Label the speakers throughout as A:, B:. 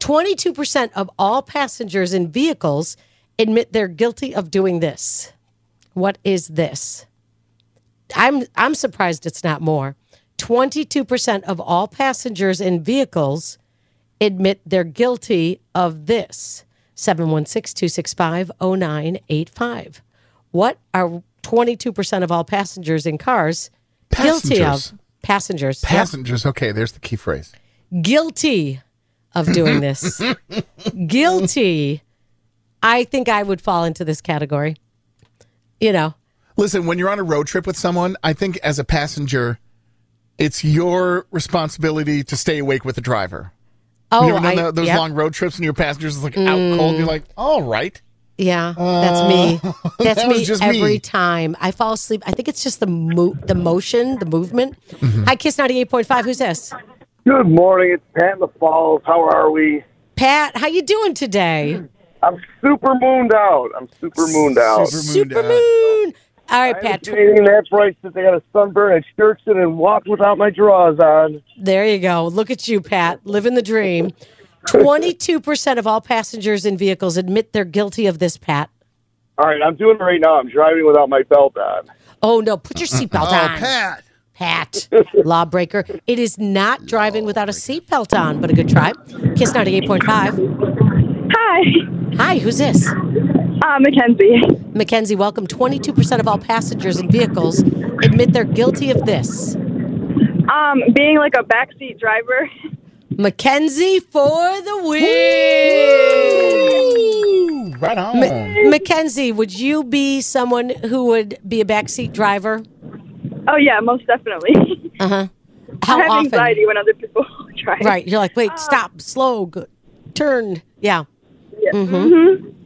A: 22% of all passengers in vehicles admit they're guilty of doing this. What is this? I'm I'm surprised it's not more. 22% of all passengers in vehicles admit they're guilty of this. 716-265-0985. What are 22% of all passengers in cars guilty
B: Passengers.
A: of? Passengers. Yep
B: Passengers. Okay, there's the key phrase.
A: guilty of doing this. guilty. I think I would fall into this category. You know,
B: Listen, when you're on a road trip with someone, I think as a passenger, it's your responsibility to stay awake with the driver.
A: oh,
B: you ever done
A: I-
B: that- those
A: yep. Mm.
B: long road trips and your passengers is like out cold? You're like, all right.
A: yeah, that's me. That's
B: Oh, that was
A: me
B: just me.
A: every time I fall asleep. I think it's just the mo- the motion, the movement.
B: Mm-hmm.
A: Hi, Kiss ninety eight point five. Who's this?
C: Good morning. It's Pat in the Falls. How are we?
A: Pat, how you doing today?
C: I'm super mooned out. I'm super mooned out.
A: Super moon. All right,
C: I haven't
A: Pat.
C: seen anything that's right since I got a sunburn at Sturkson and walked without my drawers on.
A: There you go. Look at you, Pat, living the dream. 22% of all passengers in vehicles admit they're guilty of this, Pat.
C: All right, I'm doing it right now. I'm driving without my belt on.
A: Oh, no, put your seatbelt on.
B: Pat.
A: Pat, lawbreaker. It is not driving without a seatbelt on, but a good try. Kiss 98.5.
D: Hi,
A: Hi, who's this?
D: uh, Mackenzie.
A: Mackenzie, welcome. 22% of all passengers in vehicles admit they're guilty of this.
D: Um, being like a backseat driver.
A: Mackenzie for the win.
B: Ooh, right on.
A: Mackenzie, would you be someone who would be a backseat driver?
D: Oh yeah, most definitely.
A: How
D: I have
A: often?
D: anxiety when other people drive.
A: Right. You're like, wait, stop, slow, go, turn. Yeah.
D: Yeah.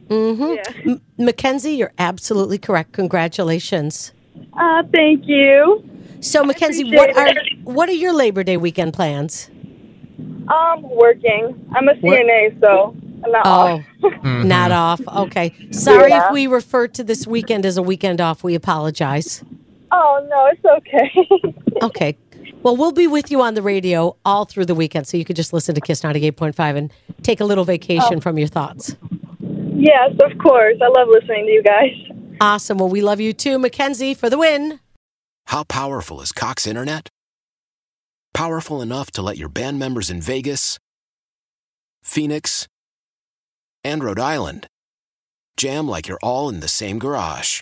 D: Yeah.
A: M- Mackenzie, you're absolutely correct. Congratulations.
D: Uh, thank you.
A: So, Mackenzie, what are
D: appreciate it.
A: what are your Labor Day weekend plans?
D: Um, working. I'm a CNA, so I'm not
A: Oh,
D: off.
A: not off. Okay. Sorry
D: Yeah.
A: if we refer to this weekend as a weekend off. We apologize.
D: Oh no, it's okay.
A: Okay. Well, we'll be with you on the radio all through the weekend, so you could just listen to Kiss 98.5 and take a little
D: Oh.
A: vacation from your thoughts.
D: yes, of course. I love listening to you guys.
A: Awesome. Well, we love you too, Mackenzie, for the win.
E: How powerful is Cox Internet? Powerful enough to let your band members in Vegas, Phoenix, and Rhode Island jam like you're all in the same garage.